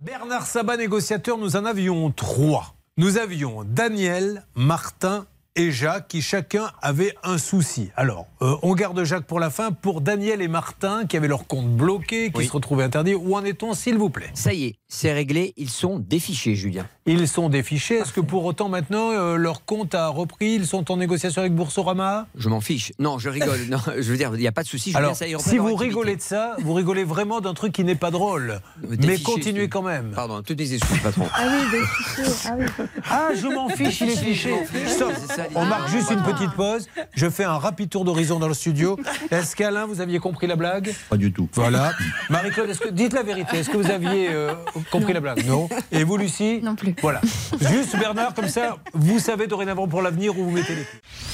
Bernard Sabat, négociateur, nous en avions trois. Nous avions Daniel, Martin et Jacques qui chacun avait un souci. Alors, euh, on garde Jacques pour la fin. Pour Daniel et Martin qui avaient leur compte bloqué, qui Oui. se retrouvaient interdits, où en est-on s'il vous plaît Ça y est, c'est réglé, ils sont défichés, Julien. Ils sont défichés. Est-ce que pour autant maintenant euh, leur compte a repris Ils sont en négociation avec Boursorama Je m'en fiche. Non, je rigole. Non, je veux dire, il n'y a pas de souci. Julien, Alors, ça y est, on si reprend vous l'activité. rigolez de ça, vous rigolez vraiment d'un truc qui n'est pas drôle. Euh, Mais défiché, continuez c'est- quand même. Pardon, toutes les excuses, patron. Ah oui, des fichiers. Ah oui. Ah, je m'en fiche, il est fiché. Stop. C'est ça, l'idée. On marque juste une petite pause. Je fais un rapide tour d'horizon dans le studio. Est-ce qu'Alain, vous aviez compris la blague Pas du tout. Voilà. Marie-Claude, est-ce que dites la vérité Est-ce que vous aviez euh, compris la blague Non. Et vous, Lucie Non plus. Voilà. Juste Bernard, comme ça, vous savez dorénavant pour l'avenir où vous mettez les pieds.